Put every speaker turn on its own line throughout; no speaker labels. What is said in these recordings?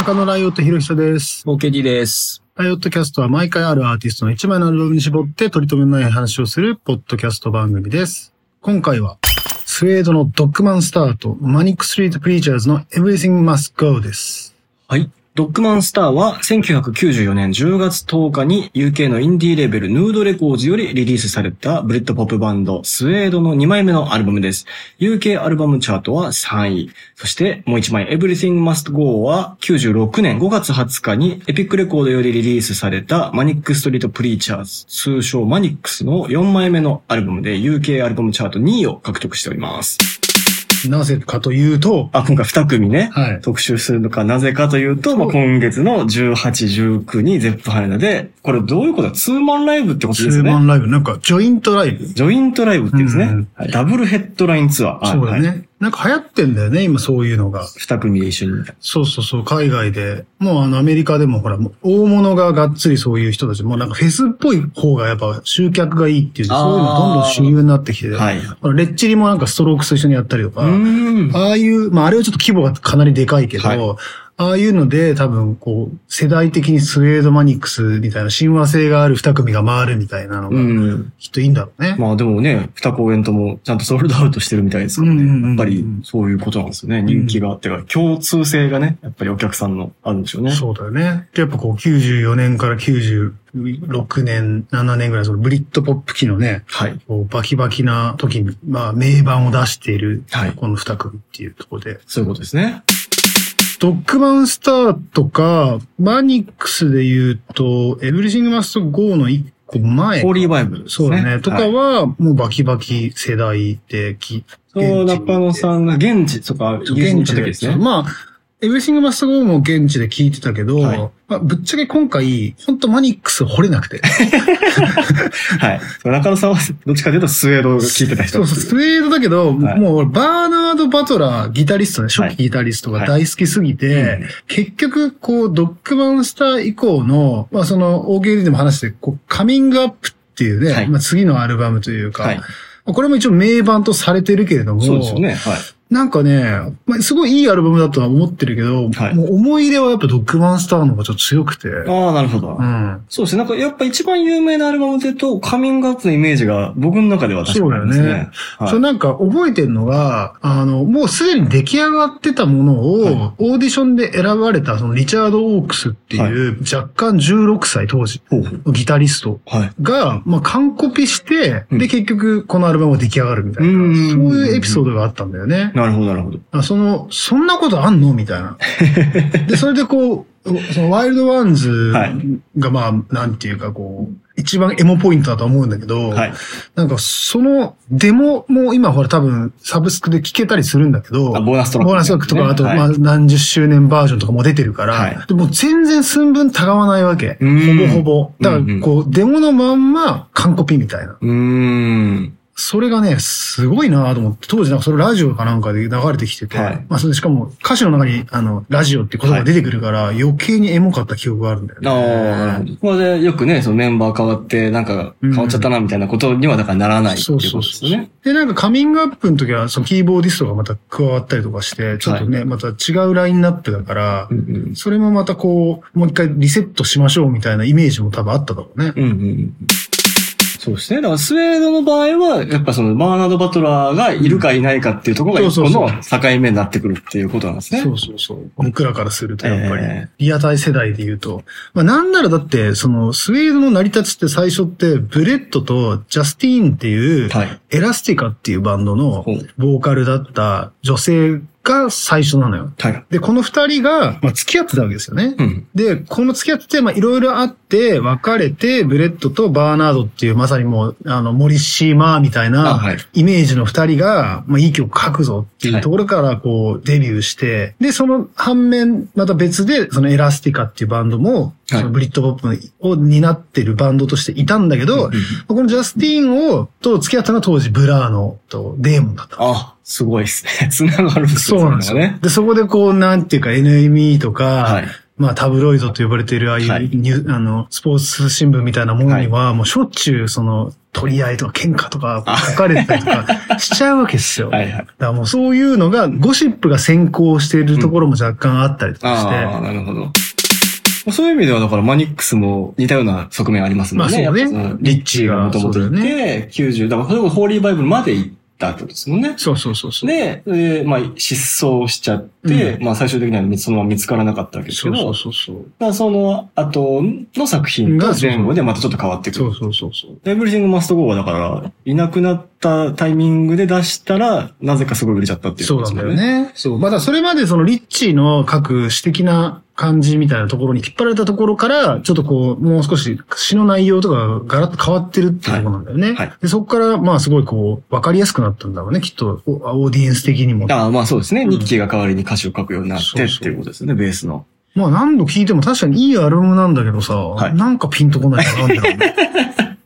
他のライオットひろひさです。
ボケディです。
ライオットキャストは毎回あるアーティストの一枚のアルバムに絞って取り留めのない話をするポッドキャスト番組です。今回は、スウェードのドッグマンスターとマニックストリートプリーチャーズの Everything Must Go です。
はい。ドッグマンスターは1994年10月10日に UK のインディーレーベルヌードレコーズよりリリースされたブリッドポップバンドスウェードの2枚目のアルバムです。UK アルバムチャートは3位。そしてもう1枚 Everything Must Go は96年5月20日にエピックレコードよりリリースされたマニックストリートプリーチャーズ通称マニックスの4枚目のアルバムで UK アルバムチャート2位を獲得しております。
なぜかというと、
あ、今回2組ね。
はい。
特集するのか、なぜかというと、まあ、今月の18、19にゼップハレナで、これどういうことだツーマンライブってこと
ツ
です
ー
よ
マ
ね。
ンライブ、なんかジョイントライブ
ジョイントライブっていうんですね。
うん
はいダブルヘッドラインツアー。
そうだ
はい。
ね。なんか流行ってんだよね、今そういうのが。
二組で一緒に。
そうそうそう、海外で。もうあのアメリカでもほら、もう大物ががっつりそういう人たち、もうなんかフェスっぽい方がやっぱ集客がいいっていう、
あー
そういうのどんどん主流になってきて、
はい。
ほらレッチリもなんかストロークスと一緒にやったりと
う
か、
ーん。
ああいう、まああれはちょっと規模がかなりでかいけど、
はい
ああいうので多分こう、世代的にスウェードマニックスみたいな親和性がある二組が回るみたいなの
う
が、
ん。
きっといいんだろうね。
まあでもね、二公演ともちゃんとソールドアウトしてるみたいですから
うんうんうん
ね。やっぱりそういうことなんですよね。人気があってか、共通性がね、やっぱりお客さんのあるんでしょうね。
そうだよね。でやっぱこう94年から96年、7年ぐらい、そのブリッドポップ期のね、
はい。
こうバキバキな時に、まあ、名盤を出している、
はい。
この二組っていうところで。
そういうことですね。
ドッグマンスターとか、マニックスで言うと、エブリシングマスト GO の一個前
ホ。ーリーバイブルです
そうだね。とか
はい
は、もうバキバキ世代で、き、
そう、中野さんが現地、そっか、現地に行った時ですね。
まあ、エブリシングマスト GO も現地で聞いてたけど、
はい
まあ、ぶっちゃけ今回、本当マニックス掘れなくて。
はい。そう中野さんは、 どっちかというとスウェードを聞いてた人
そうそう、スウェードだけど、
はい
もう俺バーナード・バトラー、ギタリストね、初期ギタリストが大好きすぎて、
うん
結局、こう、ドッグマンスター以降の、まあその、OKD でも話して、こう、カミングアップっていうね、
はい
まあ次のアルバムというか、
はい。
まあこれも一応名盤とされてるけれども、
そうですよね。はい。
なんかね、まあ、すごいいいアルバムだとは思ってるけど、
はい
もう思い入れはやっぱドッグマンスターの方がちょっと強くて、う
ああ、なるほど。
ん。
そうですね。なんか、やっぱ一番有名なアルバムで言うと、カミングアップのイメージが僕の中では確かにあります
そうだよ
ね
ね。
はい
そうなんか覚えてるのが、あの、もうすでに出来上がってたものを、
は
オーディションで選ばれた、そのリチャード・オークスっていう、若干16歳当時
ほうほう
のギタリスト
はい。
が、まあ、完コピして、
うん
で、結局このアルバムが出来上がるみたいな、
うん
そういうエピソードがあったんだよね。
なるほど、なるほど。
あその、そんなことあんのみたい な。で、それでこう、そのワイルドワンズ
はい
がまあ、なんていうかこう、一番エモポイントだと思うんだけど、
はい。
なんか、その、デモも今ほら多分、サブスクで聴けたりするんだけど、
あ
ボ
ボーナストラックね。
ーナス枠とか、あと、
はい
まあ、何十周年バージョンとかも出てるから、
はい
でも全然寸分たがわないわけ。
うーん
ほぼほぼ。だか
うんう
ら、
ん
こう、デモのまんま、完コピみたいな。
うーん。
それがね、すごいなと思って、当時なんかそれラジオかなんかで流れてきてて、
はい
まあ、それでしかも、歌詞の中に、あの、ラジオって言葉が出てくるから、余計にエモかった記憶があるんだよね。
ああ、なるほど。これでよくね、そのメンバー変わって、なんか変わっちゃったな、みたいなことにはだからならないっていうことですよね。
で、なんかカミングアップの時は、そのキーボーディストがまた加わったりとかして、ちょっとね、また違うラインナップだから、
うんうん
それもまたこう、もう一回リセットしましょうみたいなイメージも多分あっただろうね。
うんうんうんそうですね。だからスウェードの場合は、やっぱそのバーナード・バトラーがいるかいないかっていうところが
うん
一
そう
個
そう
の境目になってくるっていうことなんですね。
そうそうそう。僕らからすると、やっぱり、
ええ
リアタイ世代で言うと。まあ、なんならだって、その、スウェードの成り立ちって最初って、ブレットとジャスティーンっていう、
はい。
エラスティカっていうバンドの
ほう
ボーカルだった女性が最初なのよ。
はい。
で、この二人が、まあ、付き合ってたわけですよね。
うん。
で、この付き合ってて、まあ、いろいろあって、別れて、ブレッドとバーナードっていう、まさにもう、あの、モリッシーマーみたい
あ、
な、
はい。
イメージの二人が、まあ、いい曲書くぞってい
は
う
い
ところから、こう、デビューして、で、その反面、また別で、そのエラスティカっていうバンドも、そ
はい
のブリッドポップを担ってるバンドとしていたんだけど、
うんうん
このジャスティーンを、と付き合ったのは当時、ブラーノとデーモンだった。
あ、すごいですね。つながるんです
そ
よ
うなんですよ
れがね。。
で、そこでこう、なんていうか、NME とか、
はい。
まあ、タブロイドと呼ばれている、ああい
は
う
い
ニュー、あの、スポーツ新聞みたいなものには、もうしょっちゅう、その、取り合いとか喧嘩とか書かれてたりと かしちゃうわけですよ。
はいはい。
だからもうそういうのが、ゴシップが先行しているところも若干あったりとかして、
ああ、なるほど。そういう意味では、だからマニックスも似たような側面ありますもんね。
まあそうね
やっぱ
リッチーが
もともとい
そうだ
て、
よ
90、だからそれこそホーリーバイブルまで行ったってことですもんね。
そうそうそうそう。
で、でまあ、失踪しちゃっ
う
て、まあ、最終的には見そのまま見つからなかったわけですけ
そ
ど、
うそうそうそう。
まあその後の作品と前後でまたちょっと変わってく
そ
る
う。そうそうそう。
エブリシング・マスト・ゴーはだから、いなくなったタイミングで出したら、なぜかすごい売れちゃったっていう
そ
こ
う
とで
な
す
ん
も
だ
ん
よね。そう。まだそれまでそのリッチーの書く詩的な感じみたいなところに引っ張られたところから、ちょっとこう、もう少し詩の内容とかがガラッと変わってるっていうところなんだよね。
はいはい
でそこから、まあすごいこう、わかりやすくなったんだろうね。きっと、おオーディエンス的にも。
ああ、まあそうですね。
うん
日記が代わりに歌詞を書くようになっ
そ
て
う
っ
そう
ていうことですね、ベースの。
まあ何度聴いても確かにいいアルバムなんだけどさ、
い
なんかピンとこないな、なんだろうね。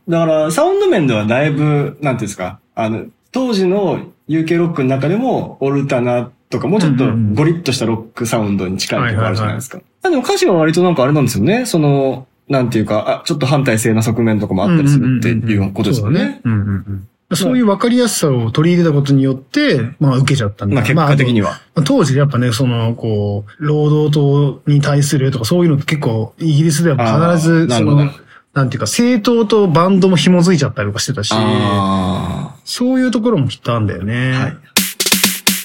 だから、サウンド面ではだいぶ、なんていうんですか、あの、当時の UK ロックの中でも、オルタナとか、もうちょっと
うんうんうん
ゴリッとしたロックサウンドに近いところあるじゃないですか。あでも歌詞は割となんかあれなんですよね。その、なんていうか、あ、ちょっと反対性な側面とかも あったりするっていうことですよね。
うんうんうんうん。そうだねうんうんうんそういう分かりやすさを取り入れたことによって、まあ受けちゃったんだ
まあ結果的には。
まあ当時やっぱね、その、こう、労働党に対するとかそういうのって結構、イギリスでは必
あー
ず、
な
そ
るほど
の、なんていうか、政党とバンドも紐づいちゃったりとかしてたし、
あ
そういうところもきっとあるんだよね。
あ。はい。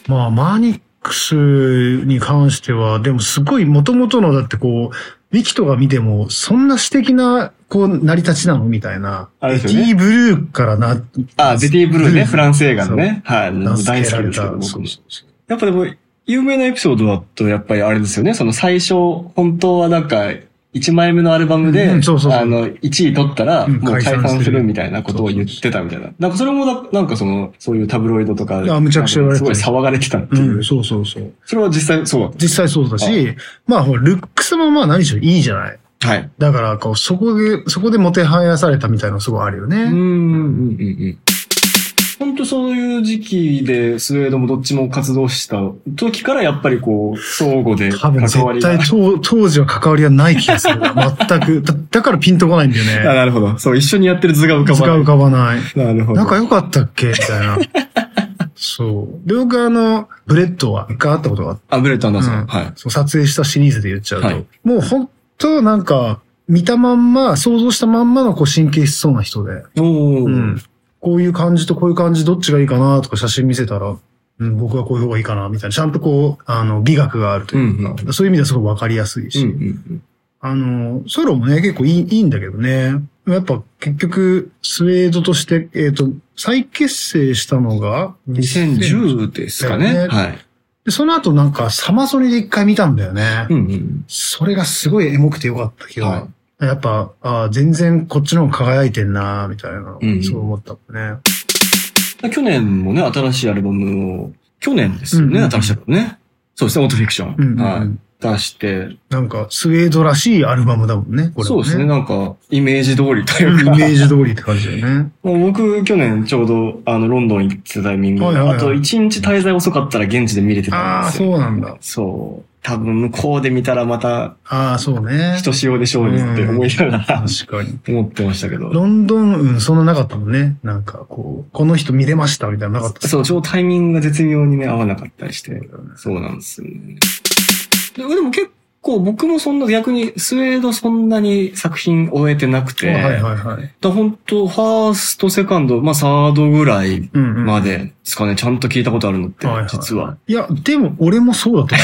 まあ、マニックスに関しては、でもすごい元々の、だってこう、ウィキとか見ても、そんな詩的な、こう、成り立ちなのみたいな。
あれですよ
ディ
ね
ーブルーからな、
ああ、ゼティブルー
ブル
ね、
ー
フランス映画のね。はい。
名付
大
け
好
ら
き
れ
ですけ
た
ど、。僕
そ
も
う。そうそう
やっぱでも、有名なエピソードだと、やっぱりあれですよね。その最初、本当はなんか、1枚目のアルバムで、
うんそうそうそう
あの、1位取ったら、
うん
もう解
解散す
散
る
するみたいなことを言ってたみたいな。なんかそれもな、なんかその、そういうタブロイドとか、
やむちゃくちゃ言われて
す
た
ごい騒がれてたっていう。
うん、そうそうそう。
それは実際そうだっ
実際そうだ
は
し、まあほら、ルックスもまあ何しろいいじゃない。
た。はい。
だから、こう、そこで、そこでもてはやされたみたいなのすごいあるよ
う
ね。
ん、うん、うん、うん。本当そういう時期で、スウェードもどっちも活動した時から、やっぱりこう、相互で
多
関
分
わり
絶
が。
対当当時は関わりはない気がする な。全く。だだからピンとこないんだ
あ
よね。
なるほど。そう、一緒にやってる図が浮かば
使
な
う
い。
浮かばない。
なるほど。
仲良かったっけみたいな。そう。で、僕あの、ブレッドは一回会ったことがあって、
あ、ブレット・アンダーソン。
うん
はい。
そう撮影したシリーズで言っちゃうと、
はい
もう本当なんか、見たまんま、想像したまんまのこう神経質そうな人で。
おー。
うん。こういう感じとこういう感じどっちがいいかなとか写真見せたら、うん、僕はこういう方がいいかなみたいな。ちゃんとこう、あの、美学があるというか、
う
そういう意味ではすごいわかりやすいし、
うんうん
あの、ソロもね、結構いいいいんだけどね。やっぱ結局、スウェードとして、えっ、と、再結成したのが
うん、2010ですかね。
だよね
はい。
で、その後なんかサマソニで一回見たんだよね。
うんうん。
それがすごいエモくてよかったけど、
は
やっぱ、あー全然こっちの方が輝いてんなみたいな、
うん
そう思ったもんね。
去年もね、新しいアルバムを、去年ですよね、
うんうん
新しいアルバムね。そうですね、オートフィクション。
うんうんうん
はい。出して、
なんか、スウェードらしいアルバムだもんね、これ
そ
も
うですね、。なんか、イメージ通りと
う
い
ん
う
イ
か。
メージ通りって感じだよ ね。
もう僕、去年ちょうど、あの、ロンドン行ってたタイミング
はい
で、
はいはい
あと1日滞在遅かったら現地で見れて
あ
たん
あ、
ですよ。
そうなんだ。
そう。多分、向こうで見たらまた、
ああ、そうね。
人仕様でしょうねって思いながら、
確かに。
思ってましたけど。
ロンドン、うん、そんななかったもんね。なんか、こう、この人見れましたみたいなのなかった。
そう、ちょうどタイミングが絶妙にね、合わなかったりして。そうなんですよね。ででも結構僕もそんな逆にスウェードそんなに作品終えてなくて、
はいはいはい。
だ本当ファースト、セカンド、まあサードぐらい
うん、うん。
までですかね、ちゃんと聞いたことあるのって、
はいはい
実は。
いや、でも俺もそうだと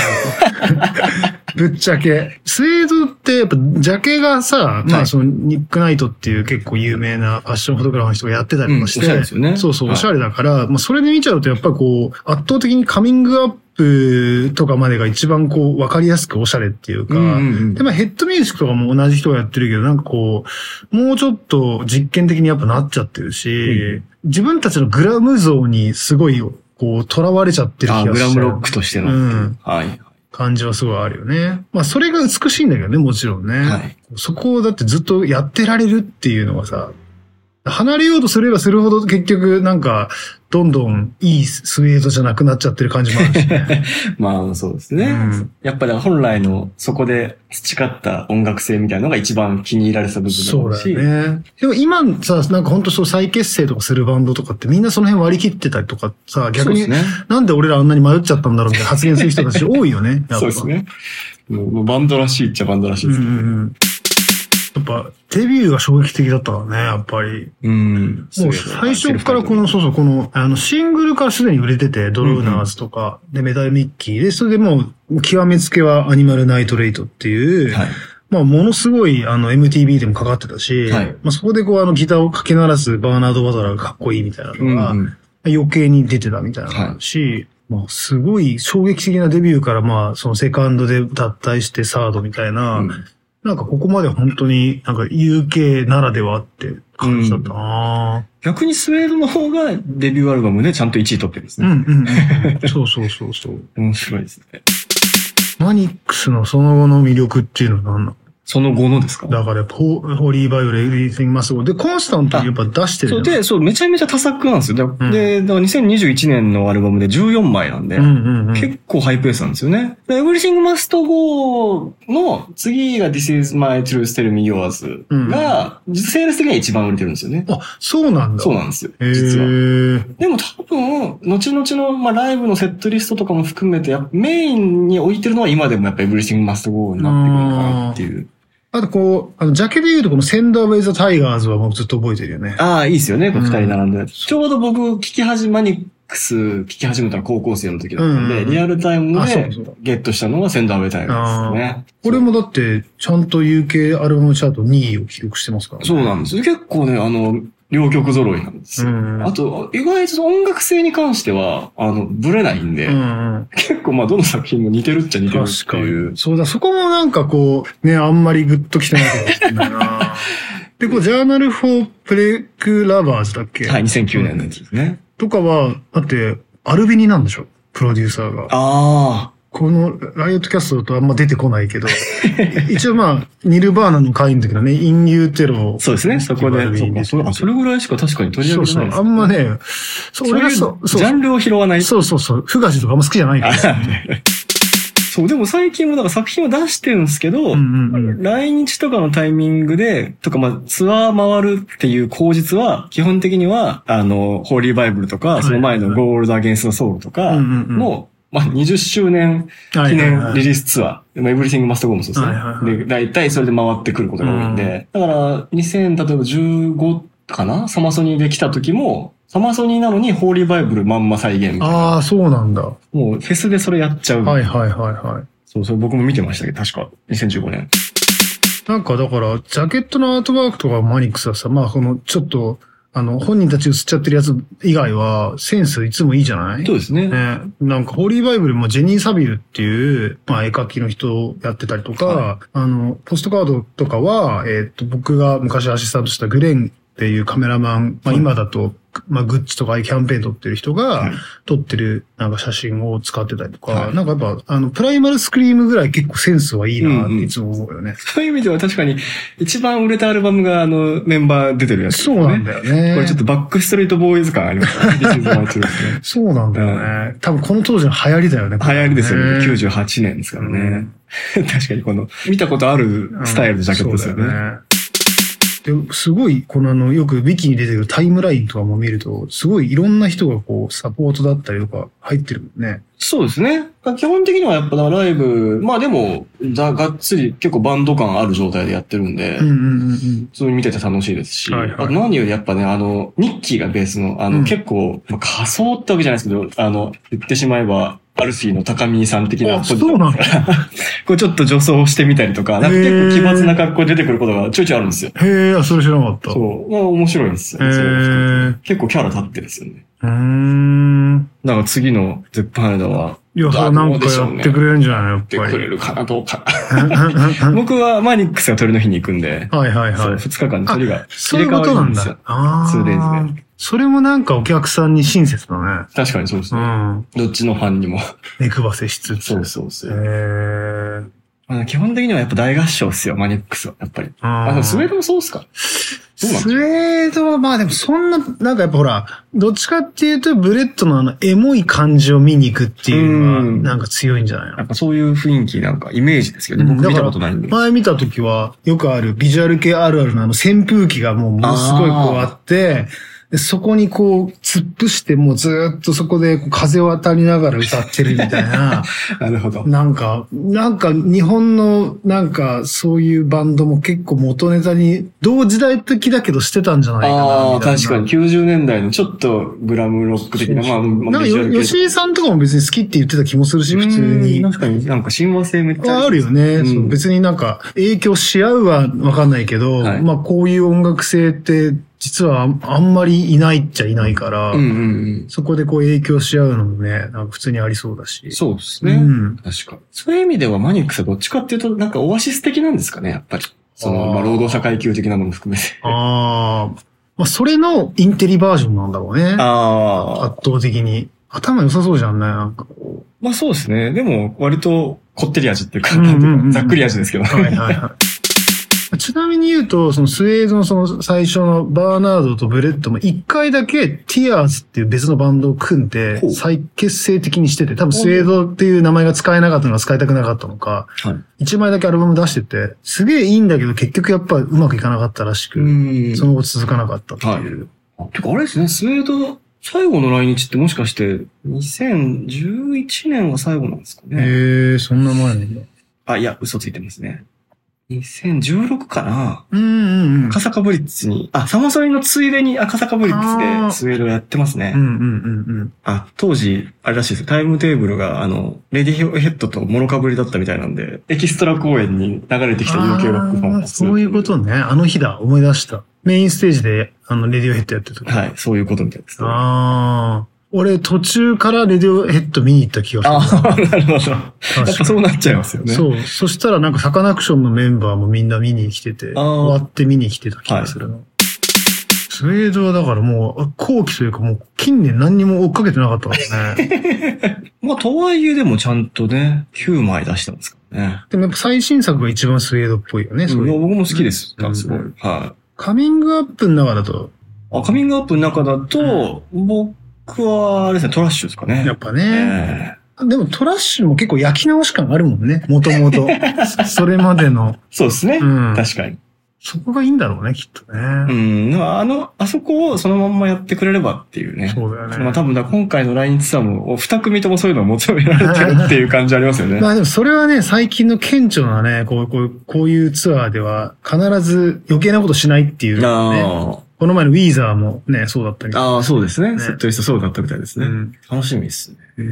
思 う。ぶっちゃけ。スウェードってやっぱジャケがさ、ま
は
あ
い
そのニックナイトっていう結構有名なファッションフォトグラファーの人がやってたりもして、
うんおしゃれですよね
そうそう、
はい
おしゃれだから、まあそれで見ちゃうとやっぱこう、圧倒的にカミングアップとかまでが一番こう、わかりやすくおしゃれっていうか、
うん
で、まあヘッドミュージックとかも同じ人がやってるけど、なんかこう、もうちょっと実験的にやっぱなっちゃってるし、自分たちのグラム像にすごい、こう、囚われちゃってる
あ
気が
グ
しちゃう
ラムロックとしての。
うん
はい。
感じはすごいあるよね。まあ、それが美しいんだけどね、もちろんね。
はい。
そこをだってずっとやってられるっていうのがさ、離れようとすればするほど結局なんか、どんどんいいスウェードじゃなくなっちゃってる感じもあ るしね。
まあ、そうです
う
ね。
ん、
やっぱり本来のそこで培った音楽性みたいなのが一番気に入られてた部
そ
分
う
だ
だ
し、
よね。でも今さ、なんか本当そう再結成とかするバンドとかってみんなその辺割り切ってたりとかさ、逆に
そうですね。
なんで俺らあんなに迷っちゃったんだろうみたいな発言する人たち多いよね。やっぱ
そうです。ね。もうもうバンドらしいっちゃバンドらしい
うん
で
う
す。
んうん。やっぱデビューが衝撃的だったからね、やっぱり。
うん。
もう最初からこの、
セ
そ
ルフタイト
うそう、この、あの、シングルからすでに売れてて、ドルーナーズとか、で、メダルミッキーで、それでもう、極めつけはアニマルナイトレイトっていう、
ルはい。
まあ、ものすごい、あの、MTV でもかかってたし、
はい
まあ、そこでこう、あの、ギターをかけ鳴らすバーナード・バトラーがかっこいいみたいな
う
のが、
んうん。
余計に出てたみたいなのがあるし、まあ、すごい衝撃的なデビューから、まあ、そのセカンドで脱退してサードみたいな、
うん
なんかここまで本当になんか UK ならではって感じだったな、
逆にスウェードの方がデビューアルバムでちゃんと1位取ってるんです
うん、
ね。
うんうんうん そうそうそうそう。
面白いですね。
マニックスのその後の魅力っていうのは何なの
その後のですか
だから、ポホーリーバイオレ、エリティングマスゴで、コンスタントにやっぱ出してるじ
そ
ゃ。
うんで、そう、めちゃめちゃ多作なんですよ。だ
ん
で、だから2021年のアルバムで14枚なんで、
うんうんうん。
結構ハイペースなんですよね。で Everything Must Go の次が This is my true tell me yours が、実セールス的には一番売れてるんですよね。
あ、そうなんだ。
そう
う
なんですよ、
へ
実は。
ー
でも多分、後々の、まあ、ライブのセットリストとかも含めて、やっぱメインに置いてるのは今でもやっぱ Everything Must Go になってくるのかなっていう。
あとこう、あの、ジャケで言うとこのセンダーウェイザタイガーズはもうずっと覚えてるよね。
ああ、いいですよね、こう
うん
二人並んで。ちょうど僕、聞き始め、マニックス聞き始めたのは高校生の時だった
う
んで、
んうんうん
リアルタイム
あそ
で
うそう
ゲットしたのがセンダーウェイタイムですね。
これもだって、ちゃんと UK アルバムチャート2位を記録してますからね。
そうなんですよ。結構ね、あの、両曲揃いなんです
う
よ。
ん。
あと、意外と音楽性に関しては、あの、ブレないんで、
うんうん。
結構まあどの作品も似てるっちゃ似てるっていう。
そうだ、そこもなんかこう、ね、あんまりグッときてないかもしれない な。で、こう、ジャーナル・フォー・プレク・ラバーズだっけ
はい、2009年のやつですね。
とかは、だって、アルビニなんでしょプロデューサーが。
あ
この、ライオットキャストだとあんま出てこない けど、一応まあ、ニルバーナの会の時のね、イン・ユーテロ
あ、そうですね、そこで。
そ
そう
か
うか、それあそれぐらいしか確かに取り
そ
上
う
げて
そ、
ないうです
あんまね、そう、俺が
そ
そう
いう
う、そう
ジャンルを拾わない。
そうそうそう、フガジとかあんま好きじゃないからですね。
そう、でも最近もだから作品を出してるんですけど、
うんうんうん。
来日とかのタイミングで、とかまあツアー回るっていう口実は、基本的には、あの、ホーリーバイブルと
い
か、その前のゴールドアゲンストソウルと
うん
か
うんうん
の、まあ20周年
はいは
記
い
念
は
リ
い
リースツアー、まあエブリティングマストゴーもそうですね。
はいはいはい
で、大体それで回ってくることが多いんで、だから2015かなサマソニーで来た時も、サマソニーなのにホーリーバイブルまんま再現みたいな。
ああ、そうなんだ。は
もうフェスでそれやっちゃう。
いはいはいはい。
そう、それ僕も見てましたけど、確か。2015年。
なんかだから、ジャケットのアートワークとかマニックスはさ、まあこのちょっと、あの、本人たち映っちゃってるやつ以外は、センスいつもいいじゃない
そうですね。
ね、なんか、ホーリーバイブルもジェニー・サビルっていう、まあ、絵描きの人をやってたりとか、
は
あの、ポストカードとかは、えっと、僕が昔アシスタントしたグレンっていうカメラマン、まあ、
はい
今だと、まあ、グッチとかああいうキャンペーン撮ってる人
は
が
い、
撮ってる、なんか写真を使ってたりとか、
はい
なんかやっぱ、あの、プライマルスクリームぐらい結構センスはいいなっていつも思うよね。
そういう意味では確かに、一番売れたアルバムが、あの、メンバー出てるやつ、
そうなんだよね。
これちょっとバックストリートボーイズ感あ りますね。This is my truth ね
そうなんだよね。多分この当時の流行りだよね。
流行りですよね。
これね
98年ですからね。
う
確かにこの、見たことあるスタイルのジャケットですよね。
うんそうだよねですごい、このあの、よくウィキに出てくるタイムラインとかも見ると、すごいいろんな人がこう、サポートだったりとか入ってるもんね。
そうですね。基本的にはやっぱライブ、まあでも、だがっつり結構バンド感ある状態でやってるんで、
うんうんうんうん。
普通に見てて楽しいですし、
はいはい
あと何よりやっぱね、あの、ニッキーがベースの、あの、
うん
結構、まあ、仮想ってわけじゃないですけど、あの、言ってしまえば、アルフィーの高見さん的な
あ、そう
こ
なのへ
うちょっと女装してみたりとか、なんか
へ
結
ー
構奇抜な格好で出てくることがちょいちょいあるんですよ。
え、あそれ知らなかった。。
そうう。まあ面白いんですよ
へえ
ね。そういう人って結構キャラ立ってですよね。
うーん。
なんか次のゼップハネダはい
や、
どう
そうなんかやってくれるんじゃないやっ
出て
ぱ
くれ
り。
るかな、どうか
は
僕はマニックスが鳥の日に行くんで、
いはい
そう、
はい。
2日間で鳥が
そう
入
い
れ
う
替
こと
わる
なんん
ですよ
だ。。ああ。
2 days で。
それもなんかお客さんに親切だね。
確かにそうです
う
ね。
ん。
どっちのファンにも。
目配せしつつ。
そうそうそう。
へえ。
まあ、基本的にはやっぱ大合唱っすよ、マニックスは。やっぱり。
あ
あ、
ー
スウェードもそうっすかどうなん
スウェードは、まあでもそんな、なんかやっぱほら、どっちかっていうと、ブレッドのあの、エモい感じを見に行くっていうのは、
うん
なんか強いんじゃないの
やっぱそういう雰囲気なんかイメージですけど
う
ね。
ん
僕
だ
見た
から
ことないんで。
前見た時は、よくあるビジュアル系あるあるのあの扇風機がもうものすごいこうあって、でそこにこう突っ伏してもうずーっとそこでこう風を当たりながら歌ってるみたい な、
なるほど。
なんか、なんか日本のなんかそういうバンドも結構元ネタに同時代的だけどしてたんじゃないかな
ああ、
みたいな。
確かに。90年代のちょっとグラムロック的な、まあ、ま
な
あ、
んか
ビジュアル
よ、
系
吉井さんとかも別に好きって言ってた気もするし、普通
う
に
ん。確かになんか親和性めっちゃ
あるよね、
うん
そう別になんか影響し合うはわかんないけど、
はい
まあこういう音楽性って実はあんまりいないっちゃいないから、
うんうん
そこでこう影響し合うのもね、なんか普通にありそうだ
うん。
し。
そうですね。
ん。
確かに。そういう意味ではマニックスはどっちかっていうと、なんかオアシス的なんですかね、やっぱり。そ
あー
の、まあ、労働者階級的なのも含めて。
ああ。まあそれのインテリバージョンなんだろうね。
ああ。
圧倒的に。頭良さそうじゃんね。なんかこ
まあそうですね。でも、割と、こってり味っていうか、
うんうんうん
なんていうかざっくり味ですけど。
う。 はいはいはい。ちなみに言うと、そのスウェードのその最初のバーナードとブレッドも一回だけティアーズっていう別のバンドを組ん
ほ
で
う
再結成的にしてて、多分スウェードっていう名前が使えなかったのが使いたくなかったのか、
はい
一枚だけアルバム出してて、すげえいいんだけど結局やっぱうまくいかなかったらしく、
ん
その後続かなかったっていう。
あてかあれですね、スウェード、最後の来日ってもしかして、2011年が最後なんですかね。
へえ、そんな前にね。
あ、いや、嘘ついてますね。2016かな
うんうんうん。
赤坂ブリッジに、あ、サモソリのついでに赤坂ブリッ
あ
ジ
ー
でスウェードやってますね。
うんうんうんうん。
あ、当時、あれらしいですよタイムテーブルが、あの、レディヘッドとモロカブリだったみたいなんで、エキストラ公演に流れてきた UK ロックファン
あーそういうことね。あの日だ、思い出した。メインステージで、あの、レディオヘッドやってる時。
はい、そういうことみたいですね。
ああ。俺、途中からレディオヘッド見に行った気が
あ
する。
ー、なるほど。や
確か
っぱそうなっちゃいますよね。
そう。そしたらなんかサカナクションのメンバーもみんな見に来てて、
あー
終わって見に来てた気がするの。スウェードはだからもう、後期というかもう近年何にも追っかけてなかったから ね。
まあ、とはいえでもちゃんとね、9枚出してますからね。
でもやっぱ最新作が一番スウェードっぽいよね、
いや
そういう。
僕も好きです。
うん
すごい。
うん
は
カミングアップの中だと、
い。あ、カミングアップの中だと、僕は、あれですね、トラッシュですかね。
やっぱね、
ええ
でもトラッシュも結構焼き直し感あるもんね。もともと。 それまでの。
そうですね。
うん。
確かに。
そこがいいんだろうね、きっとね。
うん。なんかあの、あそこをそのまんまやってくれればっていうね。
そうだよね。
まあ多分だ、今回の来日ツアーも、お二組ともそういうのを求められてるっていう感じありますよね
ま。あでもそれはね、最近の顕著なね、こう、こう、こういうツアーでは必ず余計なことしないっていう、ね。
あ
この前のウィーザーもね、そうだった
ー
り。
あー、そうですね。
ね
セットリストそうだったみたいです
う
ね。
ん。
楽しみですね。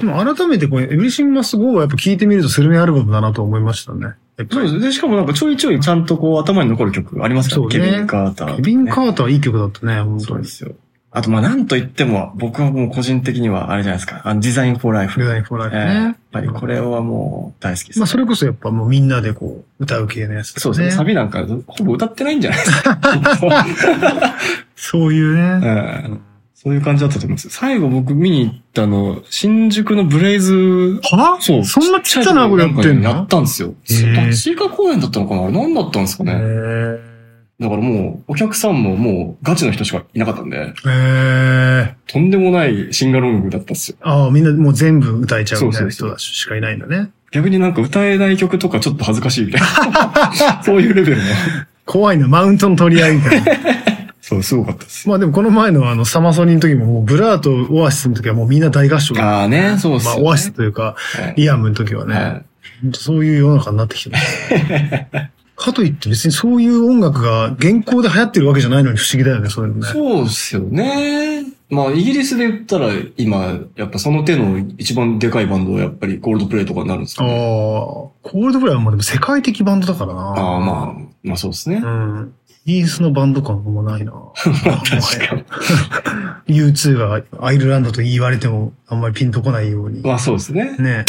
でも改めてこれ、エブリシンマスゴーはやっぱ聴いてみるとスルメアルバムだなと思いましたね。やっぱ
そうで
り。
すね。しかもなんかちょいちょいちゃんとこう頭に残る曲ありますから
そうね
ケビン・カーター、
ケビン・
ー
カーターいい曲だったね、本
そ
当
うで
に。
すよ。あとまあなんと言っても、僕はもう個人的にはあれじゃないですか。あの、デザイン・フォー・ライフ。
デザイン・フォー・ライ
え
フ
え
ね。
やっぱりこれはもう大好きです。
まあそれこそやっぱもうみんなでこう、歌う系のやつ、
そうですね。サ。ビなんかほぼ歌ってないんじゃないですか。
そういうね。
うんそういう感じだったと思います。最後僕見に行ったの、新宿のブレイズ、
は
そう。
そんなちっちゃな子やってん
やっ
の
たんですよ。
へえ
どっちが公演だったのかなあれ何だったんですか
へ
ね。
ー
だからもう、お客さんももうガチの人しかいなかったんで、
へー
とんでもないシンガロングだったっすよ。
ああ、みんなもう全部歌えちゃうみたいな
そ
人
うそうそ
だしかいないんだね。
逆になんか歌えない曲とかちょっと恥ずかしいみたい な。そういうレベルの。
怖いな、マウントの取り合いみたい な。
そう、すごかったっす。
まあでもこの前のあのサマソニの時ももうブラーとオアシスの時はもうみんな大合唱だ
ああね、そうっす
ま
よ
あ
ね、
オアシスというか、
はい
リアムの時はね、
はい
ほんとそういう世の中になってきてます ね。かといって別にそういう音楽が現行で流行ってるわけじゃないのに不思議だよね、そういうのね。
そうっすよね。まあ、イギリスで言ったら、今、やっぱその手の一番でかいバンドはやっぱりゴールドプレイとかになるんです
あ
か
あ、
ね。
コールドブライはもうでも世界的バンドだからな。
ああ、まあ、まあそうですね。
うん。イギリスのバンド感もないな。
確かに。
U2 がアイルランドと言われてもあんまりピンとこないように。
まあそうですね。
ね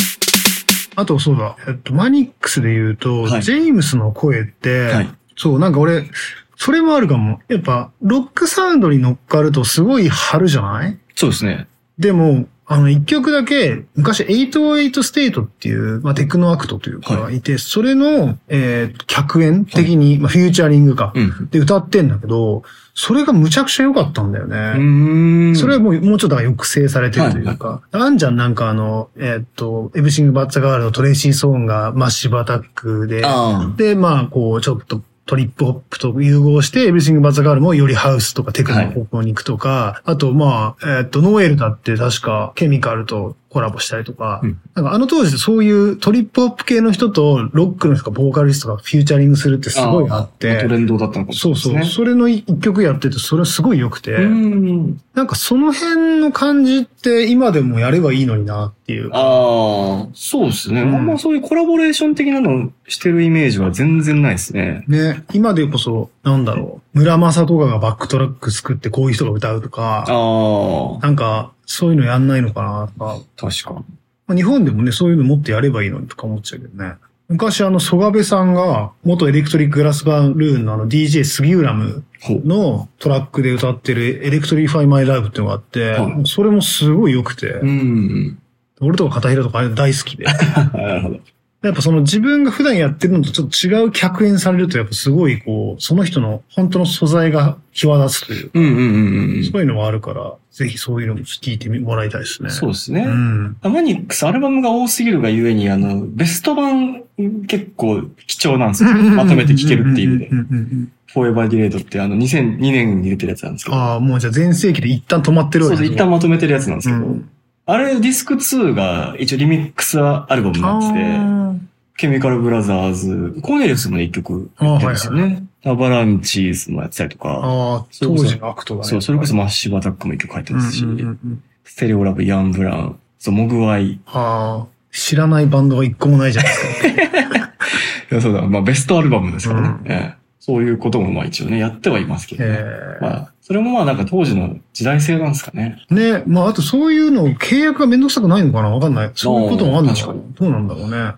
あとそうだ、えっと、マニックスで言うと、
はい
ジェイムスの声って、
はい。
そう、なんか俺、それもあるかも。やっぱ、ロックサウンドに乗っかるとすごい張るじゃない
そうですね。
でも、あの、一曲だけ、昔、808ステートっていう、まあ、テクノアクトというか、、
はい
て、それの、えー、客演的に、まあ、フューチャリングか、
うん。
で歌ってんだけど、それがむちゃくちゃ良かったんだよね。
うーん。
それはもう、もうちょっとだから抑制されてるというか、あんじゃんなんかあの、えーっと、エブシング・バッツァ・ガールのトレイシー・ソーンがマッシブアタックで、
あ
で、まあ、こう、ちょっとトリップホップと融合して、エブリシング・バザ・ガールもよりハウスとかテクノの方向に行くとか、あと、まあ、えっと、ノエルだって確かケミカルとコラボしたりとか、
うん
なんかあの当時そういうトリップホップ系の人とロックの人がボーカリストがフューチャリングするって
あ。
すごいあって、
トレンドだったのかもしれ
そう
ないです
そう、
ね。
それの一曲やってて、それすごい良くて、
うん。
なんかその辺の感じって今でもやればいいのになっていう。
ああ、そうですね。
うん
あんまそういうコラボレーション的なのしてるイメージは全然ないですね。
ね、今でこそ、なんだろう、村正とかがバックトラック作ってこういう人が歌うとか、
ああ、
なんか、そういうのやんないのかなとか、
確かに。
まあ、日本でもね、そういうのもっとやればいいのにとか思っちゃうけどね。昔あの、蘇我部さんが、元エレクトリックグラスバルーンのあの DJ 杉浦ム
ほう。
のトラックで歌ってるエレクトリファイマイライブっていうのがあって、
はい
それもすごい良くて、
うん。
俺とか片平とかあれ大好きで。
なるほど。
やっぱその自分が普段やってるのとちょっと違う客演されると、やっぱすごいこう、その人の本当の素材が際立つという、
うんうんうんうん。
そういうのもあるから、ぜひそういうのも聞いてもらいたいですね。
そう
う
ですね。
ん。
マニックスアルバムが多すぎるがゆえに、あの、ベスト版結構貴重なんですよ。まとめて聴けるっていう意味
ん。
で
んうんうん
フォーエバーディレイドってあの2002年に出てるやつなんですけど。
ああ、もうじゃあ全盛期で一旦止まってる
そ
わ
う
け
そう、
ね
一旦まとめてるやつなんですけど。
うん
あれ、ディスク2が一応リミックスアルバムになってて、ケミカルブラザーズ、コーネリウスも一曲やってるんですよね。アバランチーズもやってたりと
あー
か、
あー、当時のアクトがね。
そう、それこそマッシブアタックも一曲入って
うんう
ますし、
んうんうん
ステレオラブ、ヤンブラン、そう、モグワイ。い
ああ、知らないバンドが一個もない じゃないですか。
や、そうだ、まあベストアルバムですからね。
うん
ええそういうこともまあ一応ね、やってはいますけどね。
え
まあ、それもまあなんか当時の時代性なんですかね。
えね、まああとそういうの、契約がめんどくさくないのかなわかんない。そういうこともあるのかな
あー確
どうなんだろうね。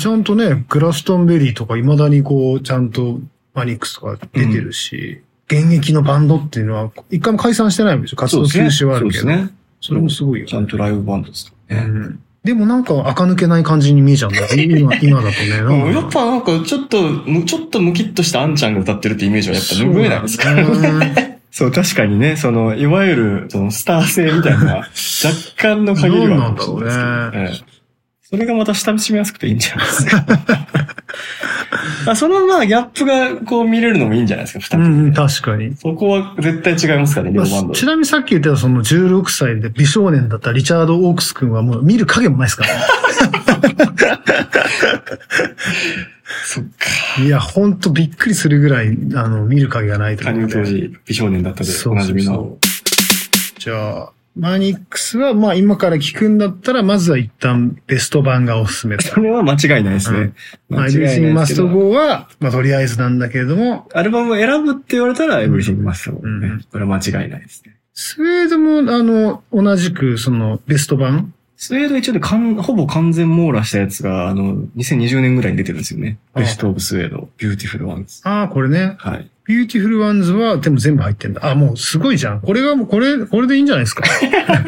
ちゃんとね、グラストンベリーとか未だにこう、ちゃんとマニックスとか出てるし、現役のバンドっていうのは、一回も解散してないわけでしょ活動休止はあるけど。
そうですね。
それもすごいよね。
ちゃんとライブバンドですからね。
うんでもなんか、垢抜けない感じに見えちゃうんだよ。今、今だとね。な
うん
ん
や
か
っぱなんかちょっと、むちょっとムキッとしたあんちゃんが歌ってるってイメージはやっぱ拭えないですから
そう
ね。
だね
そう、確かにね、その、いわゆる、その、スター性みたい な、若干の限りはあるかもしれないですけど。ええそれがまた親しみやすくていいんじゃないです か。あその、まあ、ギャップが、こう、見れるのもいいんじゃないですか、二
う
人でね、
んうん、確かに。
そこは絶対違いますからね、
ま
両バン
あ
ド。
ちなみにさっき言ってたその16歳で美少年だったリチャード・オークス君はもう見る影もないです からね。
そっ
いや、ほんとびっくりするぐらい、あの、見る影がないと
か。加
思うん
入
で
当時、美少年だったで、おなじみの。
じゃあ、マニックスは、まあ今から聞くんだったら、まずは一旦ベスト版がおすすめだ。
それは間違いないですね。
まあ、
間
エ
違い
ブ
な
リ
い
シン・
で
マ
す
ス
け
ト・
ど。
ゴーは、まあとりあえずなんだけれども、
アルバムを選ぶって言われたら、エブリシングマスター
うんうん
これは間違いないですね。
スウェードも、あの、同じく、その、ベスト版
スウェード一応でかん、ほぼ完全網羅したやつが、あの、2020年ぐらいに出てるんですよね。
ああ
ベストオブスウェード、ビューティフルワンズ。
ああ、これね。
はい。
ビューティフルワンズは、でも全部入ってんだ。あ、もうすごいじゃん。これがもう、これ、これでいいんじゃないですか。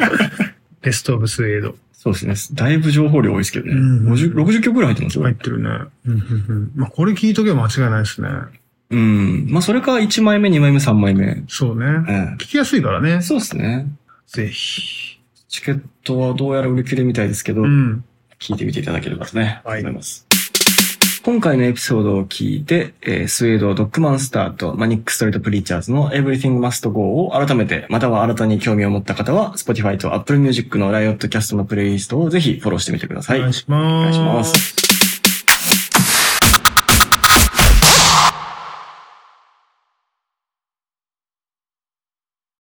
ベストオブスウェード。
そうですね。だいぶ情報量多いですけどね。
うん
50、60曲ぐらい入ってますよ。
入ってるね。うんうんうんまあ、これ聞いとけば間違いないですね。
うん。まあ、それか1枚目、2枚目、3枚目。
そう
え
ね。聞きやすいからね
え。。そうですね。
ぜひ。
チケットはどうやら売り切れみたいですけど、
うん。
聞いてみていただければとね、
はい
思います。今回のエピソードを聞いて、えースウェードドッグマンスターとマニックストリートプリーチャーズの Everything Must Go を改めて、または新たに興味を持った方は、Spotify と Apple Music のライオットキャストのプレイリストをぜひフォローしてみてくださ
お
い。
願いします。
お願いします